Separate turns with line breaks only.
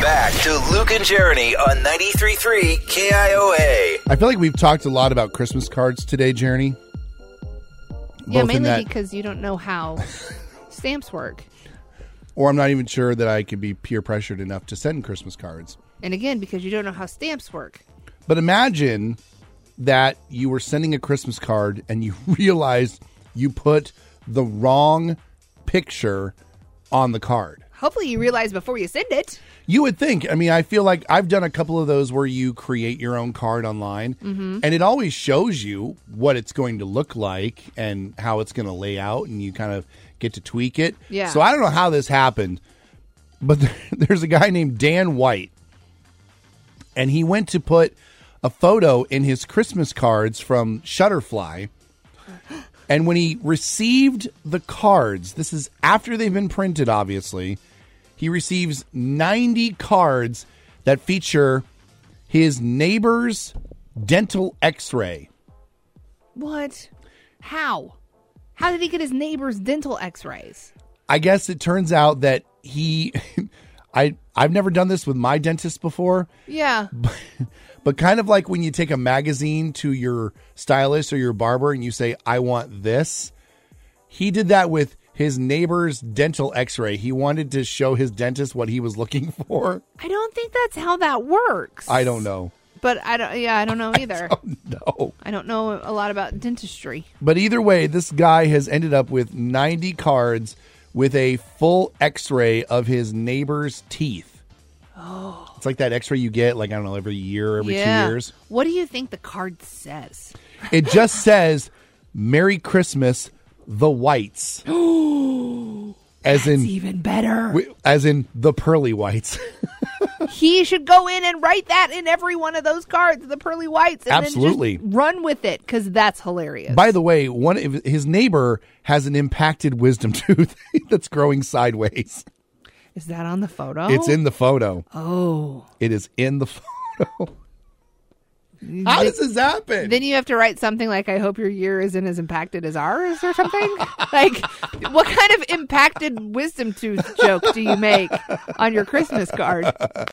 back to Luke and Jeremy on 93.3 KIOA.
I feel like we've talked a lot about Christmas cards today, Jeremy.
Yeah,
Both in
mainly
that-
because you don't know how stamps work.
Or I'm not even sure that I could be peer pressured enough to send Christmas cards.
And again, because you don't know how stamps work.
But imagine that you were sending a Christmas card and you realized you put the wrong picture on the card.
Hopefully, you realize before you send it.
You would think. I mean, I feel like I've done a couple of those where you create your own card online, and it always shows you what it's going to look like and how it's going to lay out, and you kind of get to tweak it.
Yeah.
So I don't know how this happened, but there- there's a guy named Dan White, and he went to put a photo in his Christmas cards from Shutterfly. And when he received the cards, this is after they've been printed, obviously, he receives 90 cards that feature his neighbor's dental x ray.
What? How? How did he get his neighbor's dental x rays?
I guess it turns out that he. I, I've never done this with my dentist before,
Yeah.
but kind of like when you take a magazine to your stylist or your barber and you say, I want this. He did that with his neighbor's dental x ray. He wanted to show his dentist what he was looking for.
I don't think that's how that works.
I don't know.
But I don't, yeah, I don't know either.
No.
I don't know a lot about dentistry.
But either way, this guy has ended up with 90 cards with a full x ray of his neighbor's teeth. Oh. It's like that x ray you get, like, I don't know, every year, every
yeah.
two years.
What do you think the card says?
It just says, Merry Christmas, the whites. as
It's
in.
even better.
wi- As in the pearly whites.
he should go in and write that in every one of those cards, the pearly whites. And
Absolutely.
Then just run with it because that's hilarious.
By the way, one of his neighbor has an impacted wisdom tooth that's growing sideways.
Is that on the photo?
It's in the photo.
Oh.
It is in the photo. How does this happen?
Then you have to write something like, I hope your year isn't as impacted as ours or something. like, what kind of impacted wisdom tooth joke do you make on your Christmas card?